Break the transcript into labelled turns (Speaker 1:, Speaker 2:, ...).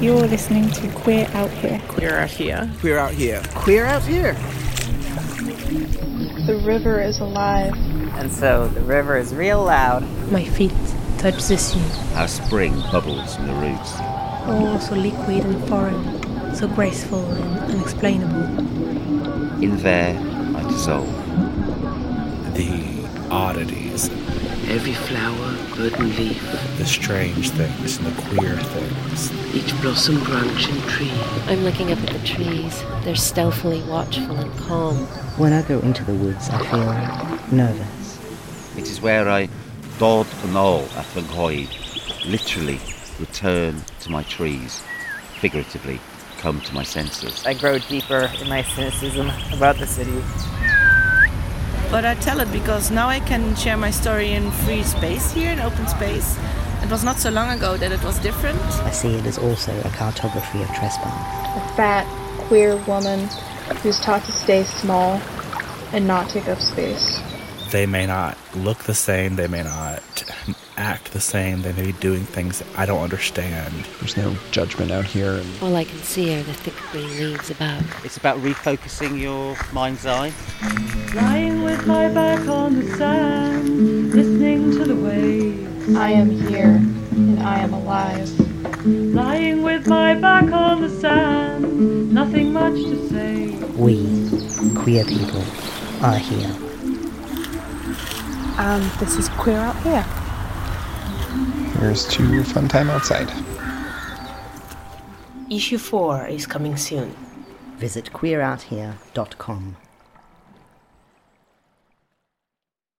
Speaker 1: You're listening to Queer Out Here.
Speaker 2: Queer out here.
Speaker 3: Queer out here.
Speaker 4: Queer out here.
Speaker 5: The river is alive.
Speaker 6: And so the river is real loud.
Speaker 7: My feet touch the sea.
Speaker 8: Our spring bubbles in the roots.
Speaker 7: Oh, so liquid and foreign, so graceful and unexplainable.
Speaker 8: In there, I dissolve.
Speaker 9: The oddities.
Speaker 10: Every flower, bird, and leaf.
Speaker 9: The strange things and the queer things.
Speaker 10: Each blossom, branch, and tree.
Speaker 11: I'm looking up at the trees. They're stealthily watchful and calm.
Speaker 12: When I go into the woods, I feel nervous.
Speaker 8: It is where I dod and all athangoid, literally return to my trees, figuratively come to my senses.
Speaker 6: I grow deeper in my cynicism about the city.
Speaker 2: But I tell it because now I can share my story in free space here, in open space. It was not so long ago that it was different.
Speaker 12: I see it as also a cartography of trespass.
Speaker 5: A fat, queer woman who's taught to stay small and not take up space.
Speaker 9: They may not look the same, they may not act the same, they may be doing things I don't understand.
Speaker 13: There's no judgment out here.
Speaker 11: All I can see are the thick green leaves above.
Speaker 6: It's about refocusing your mind's eye.
Speaker 14: Lying with my back on the sand, listening to the waves.
Speaker 5: I am here, and I am alive.
Speaker 14: Lying with my back on the sand, nothing much to say.
Speaker 12: We, queer people, are here.
Speaker 1: And um, this is Queer Out Here.
Speaker 13: Here's to a fun time outside.
Speaker 15: Issue 4 is coming soon.
Speaker 12: Visit queerouthere.com.